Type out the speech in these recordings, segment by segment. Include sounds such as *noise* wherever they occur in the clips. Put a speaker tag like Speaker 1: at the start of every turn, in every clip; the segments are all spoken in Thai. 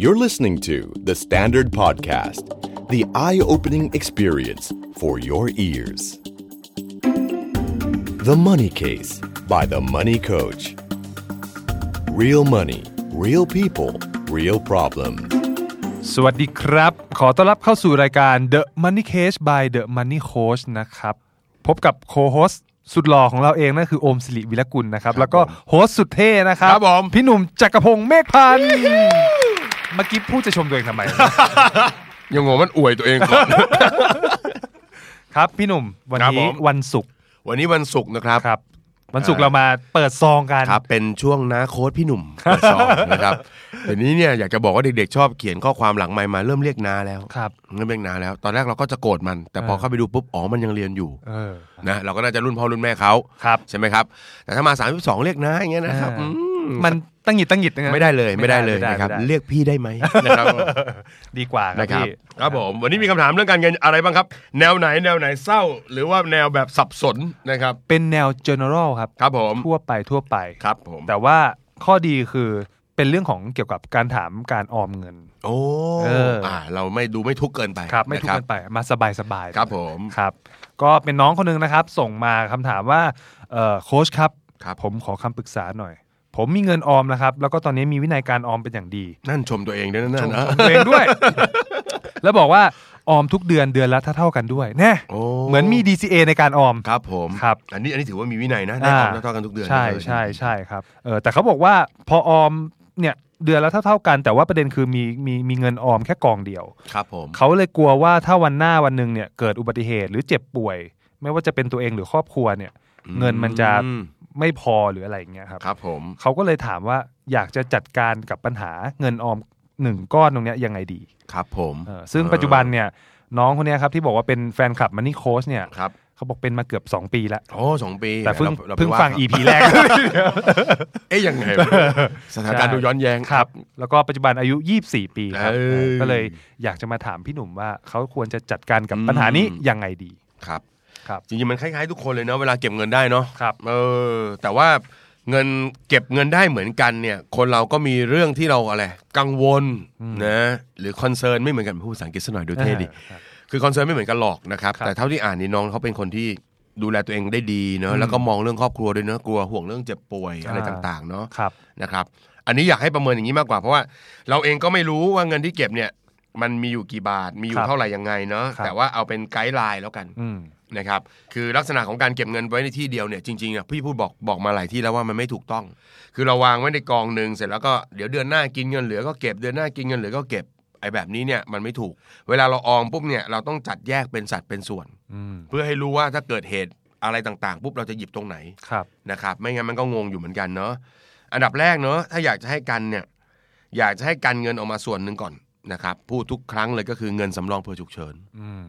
Speaker 1: You're listening to The Standard Podcast, the eye opening experience for your ears. The Money Case by The Money Coach. Real money, real people, real problems.
Speaker 2: สวัสดีครับ ขอต้อนรับเข้าสู่รายการ The Money Case by The Money Coach นะครับ พบกับโคโฮสสุดหล่อของเราเองนั่นคือโอมสิริวิรกุลนะครับ แล้วก็โฮสสุดเท่นะครับ
Speaker 3: ครับผม
Speaker 2: พี่หนุ่มจักรพงศ์เมฆพันธ์เมื่อกี้พูดจะชมตัวเองทำไม
Speaker 3: ยังงงมันอวยตัวเองก่อน
Speaker 2: ครับ พี่หนุ่มวัน
Speaker 3: ครับผ
Speaker 2: นี้
Speaker 3: ม
Speaker 2: วันศุกร์
Speaker 3: *laughs* วันนี้วันศุกร์นะครับ
Speaker 2: ครับ วันศุกร์เรามาเปิดซองกัน
Speaker 3: ครับเป็นช่วงน้าโค้ดพี่หนุ่ม *laughs* เปิดซองนะครับเดี๋ยวนี้เนี่ยอยากจะบอกว่าเด็กๆชอบเขียนข้อความหลังไมค์มาเริ่มเรียกน้าแล้ว
Speaker 2: ครับ
Speaker 3: เริ่มเรียกน้าแล้ว ตอนแรกเราก็จะโกรธมัน แต่พอเข้าไปดูปุ๊บอ๋อมันยังเรียนอยู่
Speaker 2: เออ
Speaker 3: นะเราก็น่าจะรุ่นพ่อรุ่นแม่เขา
Speaker 2: ครับ
Speaker 3: ใช่ไหมครับ แต่ถ้ามา3ามสองเรียกน้าอย่างเงี้ยนะครับ
Speaker 2: อ่า
Speaker 3: อืม
Speaker 2: มันตั้งหงิดตั้งหงิดนะ
Speaker 3: ไม่ได้เลยไม่ได้เลย
Speaker 2: ม่
Speaker 3: นะครับ
Speaker 2: ไม่ได้
Speaker 3: เรียกพี่ได้ *laughs* ไหมนะครับ
Speaker 2: ดีกว่าครับ
Speaker 3: นะครับ
Speaker 2: พี่
Speaker 3: ครับผมวันนี้มีคำถามเรื่องการเงินอะไรบ้างครับ แนวไหนแนวไหนเศร้า หรือว่าแนวแบบสับสนนะครับ
Speaker 2: เป็นแนว general ครับ
Speaker 3: ครับผม
Speaker 2: ทั่วไปทั่วไป
Speaker 3: ครับผม
Speaker 2: แต่ว่าข้อดีคือเป็นเรื่องของเกี่ยวกับการถามการออมเงิน
Speaker 3: โอ้
Speaker 2: เอออ่
Speaker 3: ่า เราไม่ดูไม่ทุกข์เกินไป
Speaker 2: ครับ ไม่ทุกข์
Speaker 3: ะ
Speaker 2: เกินไปมาสบายสบายๆ
Speaker 3: ครับผม
Speaker 2: ครับ ก็เป็นน้องคนหนึงนะครับ ส่งมาคำถามว่าเอ่อโค้ชครับ
Speaker 3: ครับ
Speaker 2: ผมขอคำปรึกษาหน่อย ผมมีเงินออมนะครับ แล้วก็ตอนนี้มีวินัยการออมเป็นอย่างดี
Speaker 3: นั่นชมตัวเองด้วยนะนั่นนะ
Speaker 2: ตัวเอง
Speaker 3: *laughs*
Speaker 2: ด้วย แล้วบอกว่าออมทุกเดือนเดือนละเท่าๆกันด้วยแน่
Speaker 3: โอ้
Speaker 2: เหมือนมี DCA ในการออม
Speaker 3: ครับผม
Speaker 2: ครับ
Speaker 3: อันนี้อันนี้ถือว่ามีวินัยนะได้ของเท่าๆกันทุกเดือน
Speaker 2: ใช่
Speaker 3: เออ
Speaker 2: ใช่ใช่ครับเออแต่เขาบอกว่าพอออมเนี่ยเดือนละเท่าๆกัน แต่ว่าประเด็นคือมีมีมีเงินออมแค่กองเดียว
Speaker 3: ครับผม
Speaker 2: เขาเลยกลัวว่าถ้าวันหน้าวันหนึ่งเนี่ยเกิดอุบัติเหตุหรือเจ็บป่วย ไม่ว่าจะเป็นตัวเองหรือครอบครัวเนี่ย เงินมันจะ
Speaker 3: อืม
Speaker 2: ไม่พอหรืออะไรอย่างเงี้ยครับ
Speaker 3: ครับผม
Speaker 2: เขาก็เลยถามว่าอยากจะจัดการกับปัญหาเงินออมหนึ่งก้อนตรงเนี้ยยังไงดี
Speaker 3: ครับผม
Speaker 2: เออซึ่งปัจจุบันเนี่ยน้องคนเนี้ยครับที่บอกว่าเป็นแฟนคลับมันนี่โค้ชเนี่ย
Speaker 3: ครับ
Speaker 2: เขาบอกเป็นมาเกือบ 2 ปีแล้ว
Speaker 3: โอ้สองปี
Speaker 2: แต่เพิ่ง
Speaker 3: ราราไป
Speaker 2: เพิ่ง
Speaker 3: ว่า
Speaker 2: ฟัง
Speaker 3: เขา
Speaker 2: EP แรก
Speaker 3: เอ๊ยยังไงวะสถานการณ์
Speaker 2: ใช่
Speaker 3: ดูย้อนแย้ง
Speaker 2: ครับแล้วก็ปัจจุบันอายุ 24 ปีครับ
Speaker 3: เอ้ย
Speaker 2: ก็เลยอยากจะมาถามพี่หนุ่มว่าเขาควรจะจัดการกับ
Speaker 3: อืม
Speaker 2: ปัญหานี้ยังไงดี
Speaker 3: ครับ
Speaker 2: ครับ
Speaker 3: จริงๆมันคล้ายๆทุกคนเลยเนาะเวลาเก็บเงินได้เนาะ
Speaker 2: ครับ
Speaker 3: เออแต่ว่าเงินเก็บเงินได้เหมือนกันเนี่ย คนเราก็มีเรื่องที่เราอะไรกังวลนะหรือคอนเซิร์นไม่เหมือนกันพูดภาษาอังกฤษซะหน่อยดูเท่ดีคือคอนเซิร์นไม่เหมือนกันหรอกนะครับ
Speaker 2: ครับ
Speaker 3: แต่เท่าที่อ่านนี่น้องเขาเป็นคนที่ดูแลตัวเองได้ดีเน
Speaker 2: อืม
Speaker 3: อะแล้วก็มองเรื่องครอบครัวด้วยเนอะกลัวห่วงเรื่องเจ็บป่วยอะไร
Speaker 2: อ่า
Speaker 3: ต่างๆเนาะ
Speaker 2: ครับ
Speaker 3: นะครับ อันนี้อยากให้ประเมินอย่างนี้มากกว่าเพราะว่าเราเองก็ไม่รู้ว่าเงินที่เก็บเนี่ย มันมีอยู่กี่บาทมีอ
Speaker 2: ครั
Speaker 3: ยู่
Speaker 2: บ
Speaker 3: เท่าไหร่ยังไงเนาะ
Speaker 2: ครับ
Speaker 3: แต่ว่าเอาเป็นไกด์ไลน์แล้วกัน
Speaker 2: อืม
Speaker 3: นะครับคือลักษณะของการเก็บเงินไว้ในที่เดียวเนี่ยจริงๆอ่ะพี่พูดบอกบอกมาหลายที่แล้วว่ามันไม่ถูกต้อง คือเราวางไว้ในกองหนึ่งเสร็จแล้วก็เดี๋ยวเดือนหน้ากินเงินเหลือก็เก็บเดือนหน้ากินเงินเหลือก็เก็บไอ้แบบนี้เนี่ยมันไม่ถูก เวลาเราออมปุ๊บเนี่ยเราต้องจัดแยกเป็นสัดเป็นส่วน
Speaker 2: อืม
Speaker 3: เพื่อให้รู้ว่าถ้าเกิดเหตุอะไรต่างๆปุ๊บเราจะหยิบตรงไหน
Speaker 2: ครับ
Speaker 3: นะครับไม่งั้นมันก็งงอยู่เหมือนกันเนาะอันดับแรกเนาะถ้าอยากจะให้กันเนี่ยอยากจะให้กันเงินออกมาส่วนหนึ่งก่อนนะครับพูดทุกครั้งเลยก็คือเงินสำรองเผื่อฉุกเฉิน
Speaker 2: อืม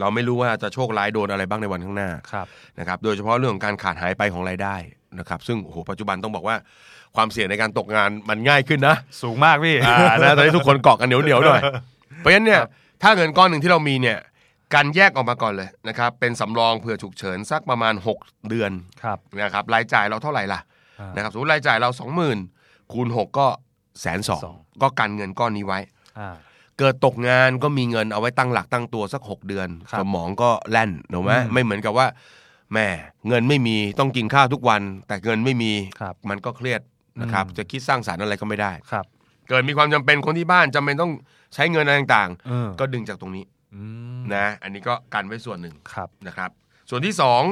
Speaker 3: เราไม่รู้ว่าจะโชคร้ายโดนอะไรบ้างในวันข้างหน้า
Speaker 2: ครับ
Speaker 3: นะครับโดยเฉพาะเรื่องของการขาดหายไปของรายได้นะครับซึ่งโอ้โหปัจจุบันต้องบอกว่าความเสี่ยงในการตกงานมันง่ายขึ้น *laughs* นะ
Speaker 2: สูงมากพี่
Speaker 3: อ่านะตอนนี้ทุกคนเกาะกันเหนียวเหนียวๆหน่อยเพราะฉะนั้นเนี่ยถ้าเงินก้อนหนึ่งที่เรามีเนี่ยการแยกออกมาก่อนเลยนะครับเป็นสำรองเผื่อฉุกเฉินสักประมาณ 6 เดือน
Speaker 2: ครับ
Speaker 3: นะครับรายจ่ายเราเท่าไหร่ล่ะ
Speaker 2: อ่าน
Speaker 3: นะครับสมมติรายจ่ายเรา 20,000คูณ6ก็แสนสอง
Speaker 2: สอง
Speaker 3: ก็กันเงินก้อนนี้ไว้
Speaker 2: อ่า
Speaker 3: เกิดตกงานก็มีเงินเอาไว้ตั้งหลักตั้งตัวสัก 6 เดือน
Speaker 2: ครับ
Speaker 3: สมองก็แล่นถูกไหม
Speaker 2: อืม
Speaker 3: ไม่เหมือนกับว่าแหม่เงินไม่มีต้องกินข้าวทุกวัน แต่เงินไม่มี
Speaker 2: ครับ
Speaker 3: มันก็เครียดนะครับ
Speaker 2: อืม
Speaker 3: จะคิดสร้างสารรค์อะไรก็ไม่ได้
Speaker 2: ครับ
Speaker 3: เกิดมีความจำเป็นคนที่บ้านจำเป็นต้องใช้เงินอะไรต่าง
Speaker 2: เออ
Speaker 3: ๆ ก็ดึงจากตรงนี้
Speaker 2: อืม
Speaker 3: นะ อันนี้ก็กันไว้ส่วนหนึ่ง
Speaker 2: ครับ
Speaker 3: นะครับ ส่วนที่สอง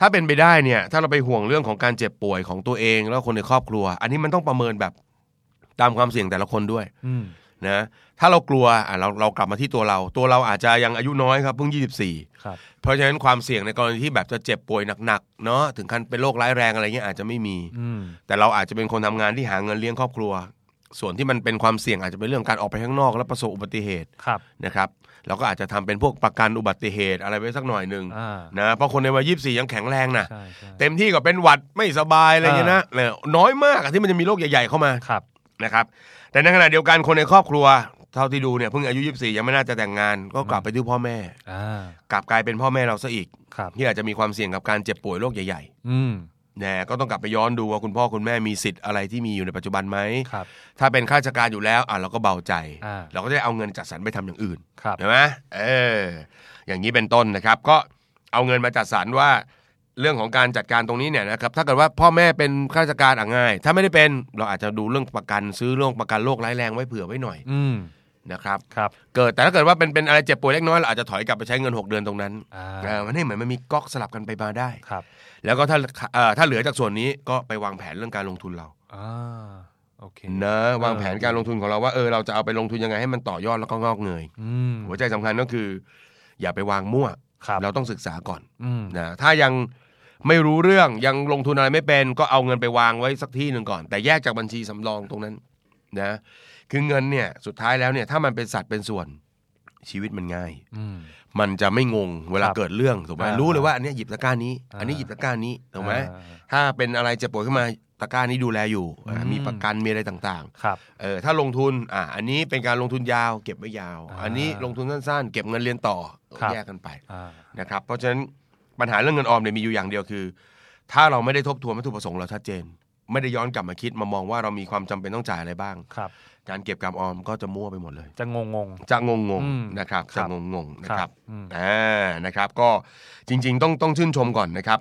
Speaker 3: ถ้าเป็นไปได้เนี่ยถ้าเราไปห่วงเรื่องของการเจ็บป่วยของตัวเองแล้วคนในครอบครัว อันนี้มันต้องประเมินแบบตามความเสี่ยงแต่ละคนด้วย
Speaker 2: อืม
Speaker 3: นะถ้าเรากลัวอ่ะเราเรากลับมาที่ตัวเรา ตัวเราอาจจะยังอายุน้อยครับเพิ่ง 24
Speaker 2: ครับ
Speaker 3: เพราะฉะนั้นความเสี่ยงในกรณีที่แบบจะเจ็บป่วยหนักๆเนาะถึงขั้นเป็นโรคร้ายแรงอะไรเงี้ยอาจจะไม่มี
Speaker 2: อืม
Speaker 3: แต่เราอาจจะเป็นคนทำงานที่หาเงินเลี้ยงครอบครัว ส่วนที่มันเป็นความเสี่ยงอาจจะเป็นเรื่องการออกไปข้างนอกแล้วประสบอุบัติเหตุ
Speaker 2: ครับ
Speaker 3: นะครับเราก็อาจจะทำเป็นพวกประกันอุบัติเหตุอะไรไว้สักหน่อยหนึ่ง
Speaker 2: อ่า
Speaker 3: นะเพราะคนในวัยยี่สิบสี่ยังแข็งแรงนะ
Speaker 2: ใช่ใช่
Speaker 3: เต็มที่ก็เป็นหวัดไม่สบายอะไรเงี้ยนะเนี่ยน้อยมากอะที่มันจะมีโรคใหญ่ๆเข้ามา
Speaker 2: ครับ
Speaker 3: นะครับแต่ในขณะเดียวกันคนในครอบครัว เท่าที่ดูเนี่ยเพิ่งอายุ 24 ยังไม่น่าจะแต่งงาน ก็กลับไปที่พ่อแม่
Speaker 2: อ่าก
Speaker 3: ลับกลายเป็นพ่อแม่เราซะอีก
Speaker 2: ครับ
Speaker 3: ที่อาจจะมีความเสี่ยงกับการเจ็บป่วยโรคใหญ่
Speaker 2: อืม
Speaker 3: ๆ แหน่ก็ต้องกลับไปย้อนดูว่าคุณพ่อคุณแม่มีสิทธิ์อะไรที่มีอยู่ในปัจจุบันไหม
Speaker 2: ครับ
Speaker 3: ถ้าเป็นข้าราชการอยู่แล้วอ่ะเราก็เบาใจ
Speaker 2: อ่า
Speaker 3: เราก็จะเอาเงินจัดสรรไปทำอย่างอื่น
Speaker 2: ครับ
Speaker 3: ใช่ไหมเออ อย่างนี้เป็นต้นนะครับ ก็เอาเงินมาจัดสรรว่าเรื่องของการจัดการตรงนี้เนี่ยนะครับ ถ้าเกิดว่าพ่อแม่เป็นข้าราชการอ่ะง่าย ถ้าไม่ได้เป็นเราอาจจะดูเรื่องประกันซื้อเรื่องประกันโรคร้ายแรงไว้เผื่อไว้หน่อย
Speaker 2: อืม
Speaker 3: นะครับ
Speaker 2: ครับ
Speaker 3: เกิดแต่ถ้าเกิดว่าเป็นเป็นอะไรเจ็บป่วยเล็กน้อยเราอาจจะถอยกลับไปใช้เงิน 6 เดือนตรงนั้น
Speaker 2: อ่า
Speaker 3: เออมันให้เหมือนมันมีก๊อกสลับกันไปมาได้
Speaker 2: ครับ
Speaker 3: แล้วก็ถ้าเอ่อถ้าเหลือจากส่วนนี้ก็ไปวางแผนเรื่องการลงทุนเรา
Speaker 2: อ่าโอเค
Speaker 3: นะวางแผนการลงทุนของเราว่าเออเราจะเอาไปลงทุนยังไงให้มันต่อยอดแล้วก็งอกเงย
Speaker 2: อืม
Speaker 3: หัวใจสำคัญก็คือ อย่าไปวางมั่ว
Speaker 2: ครับ
Speaker 3: เราต้องศึกษาก่อน
Speaker 2: อืม
Speaker 3: นะถ้ายังไม่รู้เรื่องยังลงทุนอะไรไม่เป็น ก็เอาเงินไปวางไว้สักที่หนึ่งก่อน แต่แยกจากบัญชีสำรองตรงนั้นนะคือเงินเนี่ยสุดท้ายแล้วเนี่ยถ้ามันเป็นสัตว์เป็นส่วนชีวิตมันง่าย
Speaker 2: อืม
Speaker 3: มันจะไม่งงเวลา
Speaker 2: ครับ
Speaker 3: เกิดเรื่อง ถูกไหม
Speaker 2: อ่ารู้
Speaker 3: รู้เลยว่าอันเนี้ยหยิบตะกร้านี้
Speaker 2: อ่า
Speaker 3: อันนี้หยิบตะกร้านี้ถูกไหม
Speaker 2: อ่า
Speaker 3: ถ้าเป็นอะไรเจ็บป่วยขึ้นมาตะกร้านี้ดูแลอยู่อ่า
Speaker 2: อืม
Speaker 3: มีประกันมีอะไรต่างๆ
Speaker 2: ครับ
Speaker 3: เออถ้าลงทุนอ่ะอันนี้เป็นการลงทุนยาวเก็บไว้ยาว
Speaker 2: อ่า
Speaker 3: อันนี้ลงทุนสั้นๆ เก็บเงินเรียนต่อ
Speaker 2: ครับ
Speaker 3: แยกกันไป
Speaker 2: อ่า
Speaker 3: นะครับ เพราะฉะนั้นปัญหาเรื่องเงินออมเนี่ยมีอยู่อย่างเดียวคือ ถ้าเราไม่ได้ทบทวนวัตถุประสงค์เราชัดเจน ไม่ได้ย้อนกลับมาคิดมามองว่าเรามีความจำเป็นต้องจ่ายอะไรบ้าง
Speaker 2: ครับ
Speaker 3: การเก็บการออมก็จะมั่วไปหมดเลย
Speaker 2: จะงงง
Speaker 3: จะงง
Speaker 2: อืม
Speaker 3: ๆนะครับ
Speaker 2: ครั
Speaker 3: จะ
Speaker 2: บ
Speaker 3: งงๆนะครับ
Speaker 2: อืม
Speaker 3: อ่า นะครับ ก็จริงๆ ต้องต้องชื่นชมก่อนนะครับ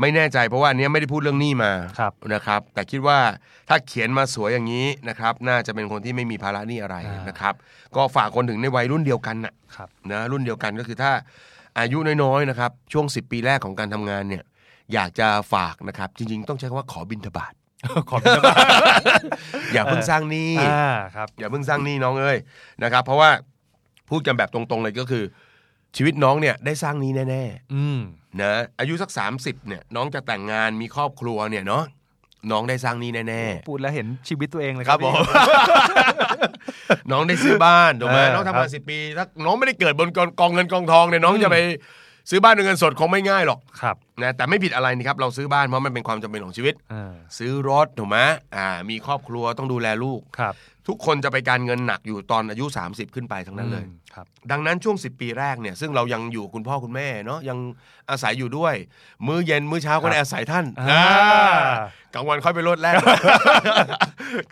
Speaker 3: ไม่แน่ใจเพราะว่าอันเนี้ยไม่ได้พูดเรื่องหนี้มา
Speaker 2: ครับ
Speaker 3: นะครับ แต่คิดว่าถ้าเขียนมาสวยอย่างนี้นะครับ น่าจะเป็นคนที่ไม่มีภาระหนี้อะไร
Speaker 2: อ่าน
Speaker 3: นะครับ ก็ฝากคนถึงในวัยรุ่นเดียวกันน่ะ
Speaker 2: ครับ
Speaker 3: นะ รุ่นเดียวกันก็คือถ้าอายุน้อยๆ นะครับ ช่วง 10 ปีแรกของการทำงานเนี่ย อยากจะฝากนะครับ จริงๆ ต้องใช้คำว่าขอบินทบาท
Speaker 2: ขอบคุณม *laughs* าก
Speaker 3: อย่าเพิ่งสร้างหนี้
Speaker 2: อ่าครับ
Speaker 3: อย่าเพิ่งสร้างหนี้น้องเอ้ยนะครับ เพราะว่าพูดกันแบบตรงๆเลยก็คือ ชีวิตน้องเนี่ยได้สร้างหนี้แน่ๆ
Speaker 2: อืม
Speaker 3: นะอายุสัก 30เนี่ยน้องจะแต่งงานมีครอบครัวเนี่ยเนาะน้องได้สร้างหนี้แน่
Speaker 2: พูดแล้วเห็นชีวิตตัวเองเลย
Speaker 3: ๆ ครับ
Speaker 2: พี่
Speaker 3: ผม น้องได้ซื้อบ้านถูกไหม
Speaker 2: เออ
Speaker 3: น้อง
Speaker 2: ค
Speaker 3: ทำ
Speaker 2: รั
Speaker 3: งาน
Speaker 2: บ
Speaker 3: สิปีถ้าน้องไม่ได้เกิดบนกองกองเงินกองทองเนี่ยน้อง
Speaker 2: อืม
Speaker 3: จะไปซื้อบ้านด้วยเงินสดคงไม่ง่ายหรอก
Speaker 2: ครับ
Speaker 3: นะแต่ไม่ผิดอะไรนี่ครับเราซื้อบ้านเพราะมันเป็นความจำเป็นของชีวิต
Speaker 2: อ่า
Speaker 3: ซื้อรถถูกไหมอ่า มีครอบครัวต้องดูแลลูก
Speaker 2: ครับ
Speaker 3: ทุกคนจะไปการเงินหนักอยู่ตอนอายุ 30 ขึ้นไปทั้งนั้นเลย
Speaker 2: อืมครับ
Speaker 3: ดังนั้นช่วง 10 ปีแรกเนี่ยซึ่งเรายังอยู่คุณพ่อคุณแม่เนาะยังอาศัยอยู่ด้วย มื้อเย็นมื้อเช้าก็ได้อาศัยท่าน
Speaker 2: อ่า
Speaker 3: อ่ากลางวันค่อยไปรดแรก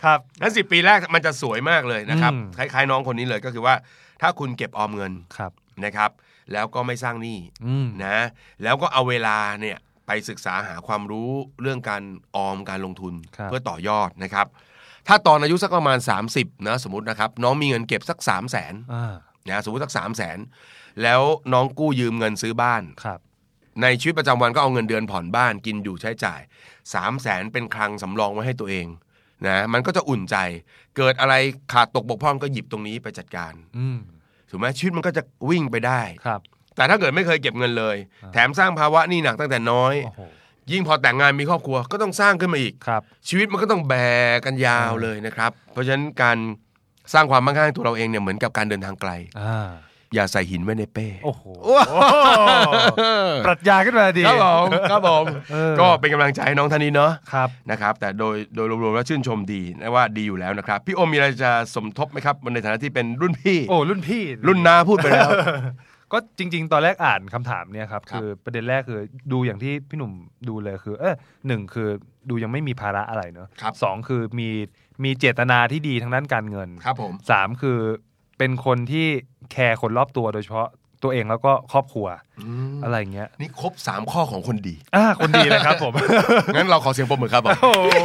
Speaker 2: ครับ
Speaker 3: นั้นสิปีแรกมันจะสวยมากเลยนะครับ
Speaker 2: อืม
Speaker 3: คล้ายๆน้องคนนี้เลยก็คือว่า ถ้าคุณเก็บออมเงิน
Speaker 2: ครับ
Speaker 3: นะครับ แล้วก็ไม่สร้างหนี้
Speaker 2: อืม
Speaker 3: นะ แล้วก็เอาเวลาเนี่ยไปศึกษาหาความรู้เรื่องการออมการลงทุน
Speaker 2: ครับ
Speaker 3: เพื่อต่อยอดนะครับ ถ้าตอนอายุสักประมาณ 30นะสมมตินะครับ น้องมีเงินเก็บสัก 3 0 0 0 0น
Speaker 2: อ่า
Speaker 3: นะสมมติสักสามแสนแล้วน้องกู้ยืมเงินซื้อบ้าน
Speaker 2: ครับ
Speaker 3: ในชีวิตประจำวันก็เอาเงินเดือนผ่อนบ้านกินอยู่ใช้จ่าย3ามแสนเป็นคลังสำรองไว้ให้ตัวเองนะมันก็จะอุ่นใจ เกิดอะไรขาดตกบกพร่องก็หยิบตรงนี้ไปจัดการ
Speaker 2: อืม
Speaker 3: ถูกไหมชีวิตมันก็จะวิ่งไปได้
Speaker 2: ครับ
Speaker 3: แต่ถ้าเกิดไม่เคยเก็บเงินเลย แถมสร้างภาวะหนี้หนักตั้งแต่น้อย
Speaker 2: โอ้โห
Speaker 3: ยิ่งพอแต่งงานมีครอบครัวก็ต้องสร้างขึ้นมาอีก
Speaker 2: ครับ
Speaker 3: ชีวิตมันก็ต้องแบกกันยาวเลยนะครับ เพราะฉะนั้นการสร้างความมั่งคั่งให้ตัวเราเองเนี่ยเหมือนกับการเดินทางไกล
Speaker 2: อ่า
Speaker 3: อย่าใส่หินไว้ในเป้
Speaker 2: โอ้โห
Speaker 3: โอ้โห
Speaker 2: ปรัชญาขึ้นมาดี
Speaker 3: ครับผมครับผม
Speaker 2: เออ
Speaker 3: *laughs* ก็เป็นกำลังใจให้น้องท่านนี้เนาะ
Speaker 2: ครับ
Speaker 3: นะครับ แต่โดยโดยรวมๆแล้วชื่นชมดีนะว่าดีอยู่แล้วนะครับ พี่โอมมีอะไรจะสมทบไหมครับในฐานะที่เป็นรุ่นพี่
Speaker 2: โอ้รุ่นพี่
Speaker 3: รุ่นน้าพูดไปแล้ว
Speaker 2: ก็จริง ๆ ตอนแรกอ่านคำถามเนี่ยครับ
Speaker 3: ครั
Speaker 2: คื
Speaker 3: บ
Speaker 2: อประเด็นแรกคือดูอย่างที่พี่หนุ่มดูเลยคือ เออหนึ่งคือดูยังไม่มีภาระอะไรเนอะ
Speaker 3: ครับ
Speaker 2: สองคือมีมีเจตนาที่ดีทางด้านการเงิน
Speaker 3: ครับผม
Speaker 2: สาม *laughs* คือเป็นคนที่แคร์คนรอบตัวโดยเฉพาะตัวเองแล้วก็ครอบครัว
Speaker 3: อืม
Speaker 2: อะไรอย่างเงี้ย
Speaker 3: นี่ครบ 3 ข้อของคนดี
Speaker 2: อ่าคนดีเลยครับผม *laughs*
Speaker 3: งั้นเราขอเสียงปรบมือครับผม
Speaker 2: โอ้โห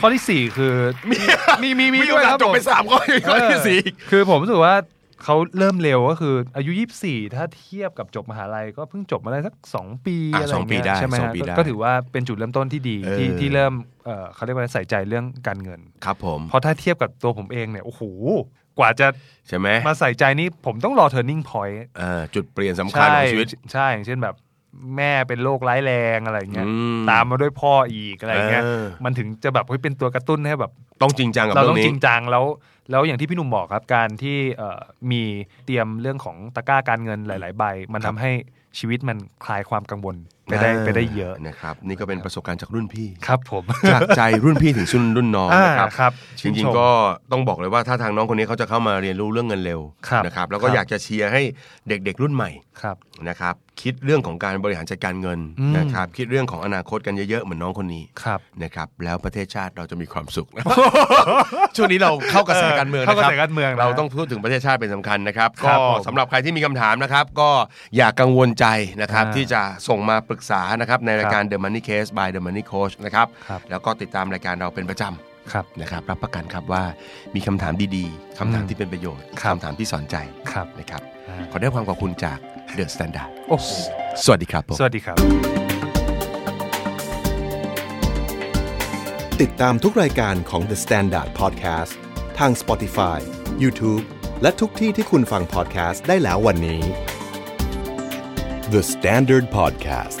Speaker 2: ข้อที่สี่คือมีมีมีมีด้วยครับ
Speaker 3: จบ
Speaker 2: ผม
Speaker 3: ไปสามข้ออีกข้อที่สี่อีก
Speaker 2: เออคือผมรู้สึกว่าเขาเริ่มเร็วก็คืออายุ 24 ถ้าเทียบกับจบมหาลัยก็เพิ่งจบมาได้สัก 2 ปี
Speaker 3: อ่ะ
Speaker 2: อะไร
Speaker 3: สองปี
Speaker 2: เงี้ย
Speaker 3: ได้
Speaker 2: ใช่ไหม
Speaker 3: สอง
Speaker 2: ฮะ
Speaker 3: ปีได้
Speaker 2: ก็ก็ถือว่าเป็นจุดเริ่มต้นที่ดี
Speaker 3: เออ
Speaker 2: ที่ที่เริ่มเอ่อเขาเรียกว่าอะไรใส่ใจเรื่องการเงิน
Speaker 3: ครับผม
Speaker 2: เพราะถ้าเทียบกับตัวผมเองเนี่ยโอ้โหกว่าจะ
Speaker 3: ใช่ไหม
Speaker 2: มาใส่ใจนี่ผมต้องรอ turning point
Speaker 3: เออจุดเปลี่ยนสำคัญ
Speaker 2: ใช่
Speaker 3: ของชีวิต
Speaker 2: ใช่อย่างเช่นแบบแม่เป็นโรคร้ายแรงอะไรเงี้ย
Speaker 3: อืม
Speaker 2: ตามมาด้วยพ่ออีกอะไรเงี้ย
Speaker 3: เออ
Speaker 2: มันถึงจะแบบเฮ้ยเป็นตัวกระตุ้นให้แบบ
Speaker 3: ต้องจริงจังกับ
Speaker 2: เรา
Speaker 3: เรื่
Speaker 2: ต้
Speaker 3: อ
Speaker 2: อง
Speaker 3: ง
Speaker 2: จ
Speaker 3: นี้
Speaker 2: ริงจังแล้วแล้วอย่างที่พี่หนุ่มบอกครับการที่เอ่อมีเตรียมเรื่องของตะกร้าการเงินหลาย ๆ ใบ มัน
Speaker 3: ครั
Speaker 2: ทำ
Speaker 3: บ
Speaker 2: ให้ชีวิตมันคลายความกังวล ไปได้ไปได้เยอะ
Speaker 3: นะครับ นี่ก็เป็นประสบการณ์จากรุ่นพี่
Speaker 2: ครับผม
Speaker 3: จากใจรุ่นพี่ถึงรุ่นรุ่นน้องนะครับ
Speaker 2: อ่าครับ
Speaker 3: จริงๆก็ต้องบอกเลยว่าถ้าทางน้องคนนี้เขาจะเข้ามาเรียนรู้เรื่องเงินเร็ว
Speaker 2: ครับ
Speaker 3: นะครับ แล้วก็
Speaker 2: ครับ
Speaker 3: อยากจะเชียร์ให้เด็กๆรุ่นใหม่
Speaker 2: ครับ
Speaker 3: นะครับ คิดเรื่องของการบริหารจัดการเงิน
Speaker 2: อืม
Speaker 3: นะครับ คิดเรื่องของอนาคตกันเยอะๆเหมือนน้องคนนี้
Speaker 2: ครับ
Speaker 3: นะครับ แล้วประเทศชาติเราจะมีความสุข ช่วงนี้เราเข้ากระแสการเมืองนะครับ
Speaker 2: เข้ากระแสการเมืองนะ
Speaker 3: เราต้องพูดถึงประเทศชาติเป็นสำคัญนะครับ
Speaker 2: ค
Speaker 3: ก็
Speaker 2: รับผม
Speaker 3: สำหรับใครที่มีคำถามนะครับ ก็อย่ากังวลใจนะครับ
Speaker 2: อ่า
Speaker 3: ที่จะส่งมาปรึกษานะครับในรายการ The Money Case by The Money Coach นะครับ
Speaker 2: ครับ
Speaker 3: แล้วก็ติดตามรายการเราเป็นประจำ
Speaker 2: ครับ
Speaker 3: นะครับรับประกันครับว่ามีคำถามดีๆคำถามที่เป็นประโยชน์
Speaker 2: ครับ
Speaker 3: คำถามที่สอนใจ
Speaker 2: ครับ
Speaker 3: นะครับ
Speaker 2: อ่า
Speaker 3: ขอได้ความขอบคุณจากเดอะสแตนดาร์ด
Speaker 2: โอ้โห
Speaker 3: สวัสดีครับผม
Speaker 2: สวัสดีครับ
Speaker 1: ติดตามทุกรายการของ The Standard Podcast ทาง Spotify, YouTube และทุกที่ที่คุณฟัง podcast ได้แล้ววันนี้ The Standard Podcast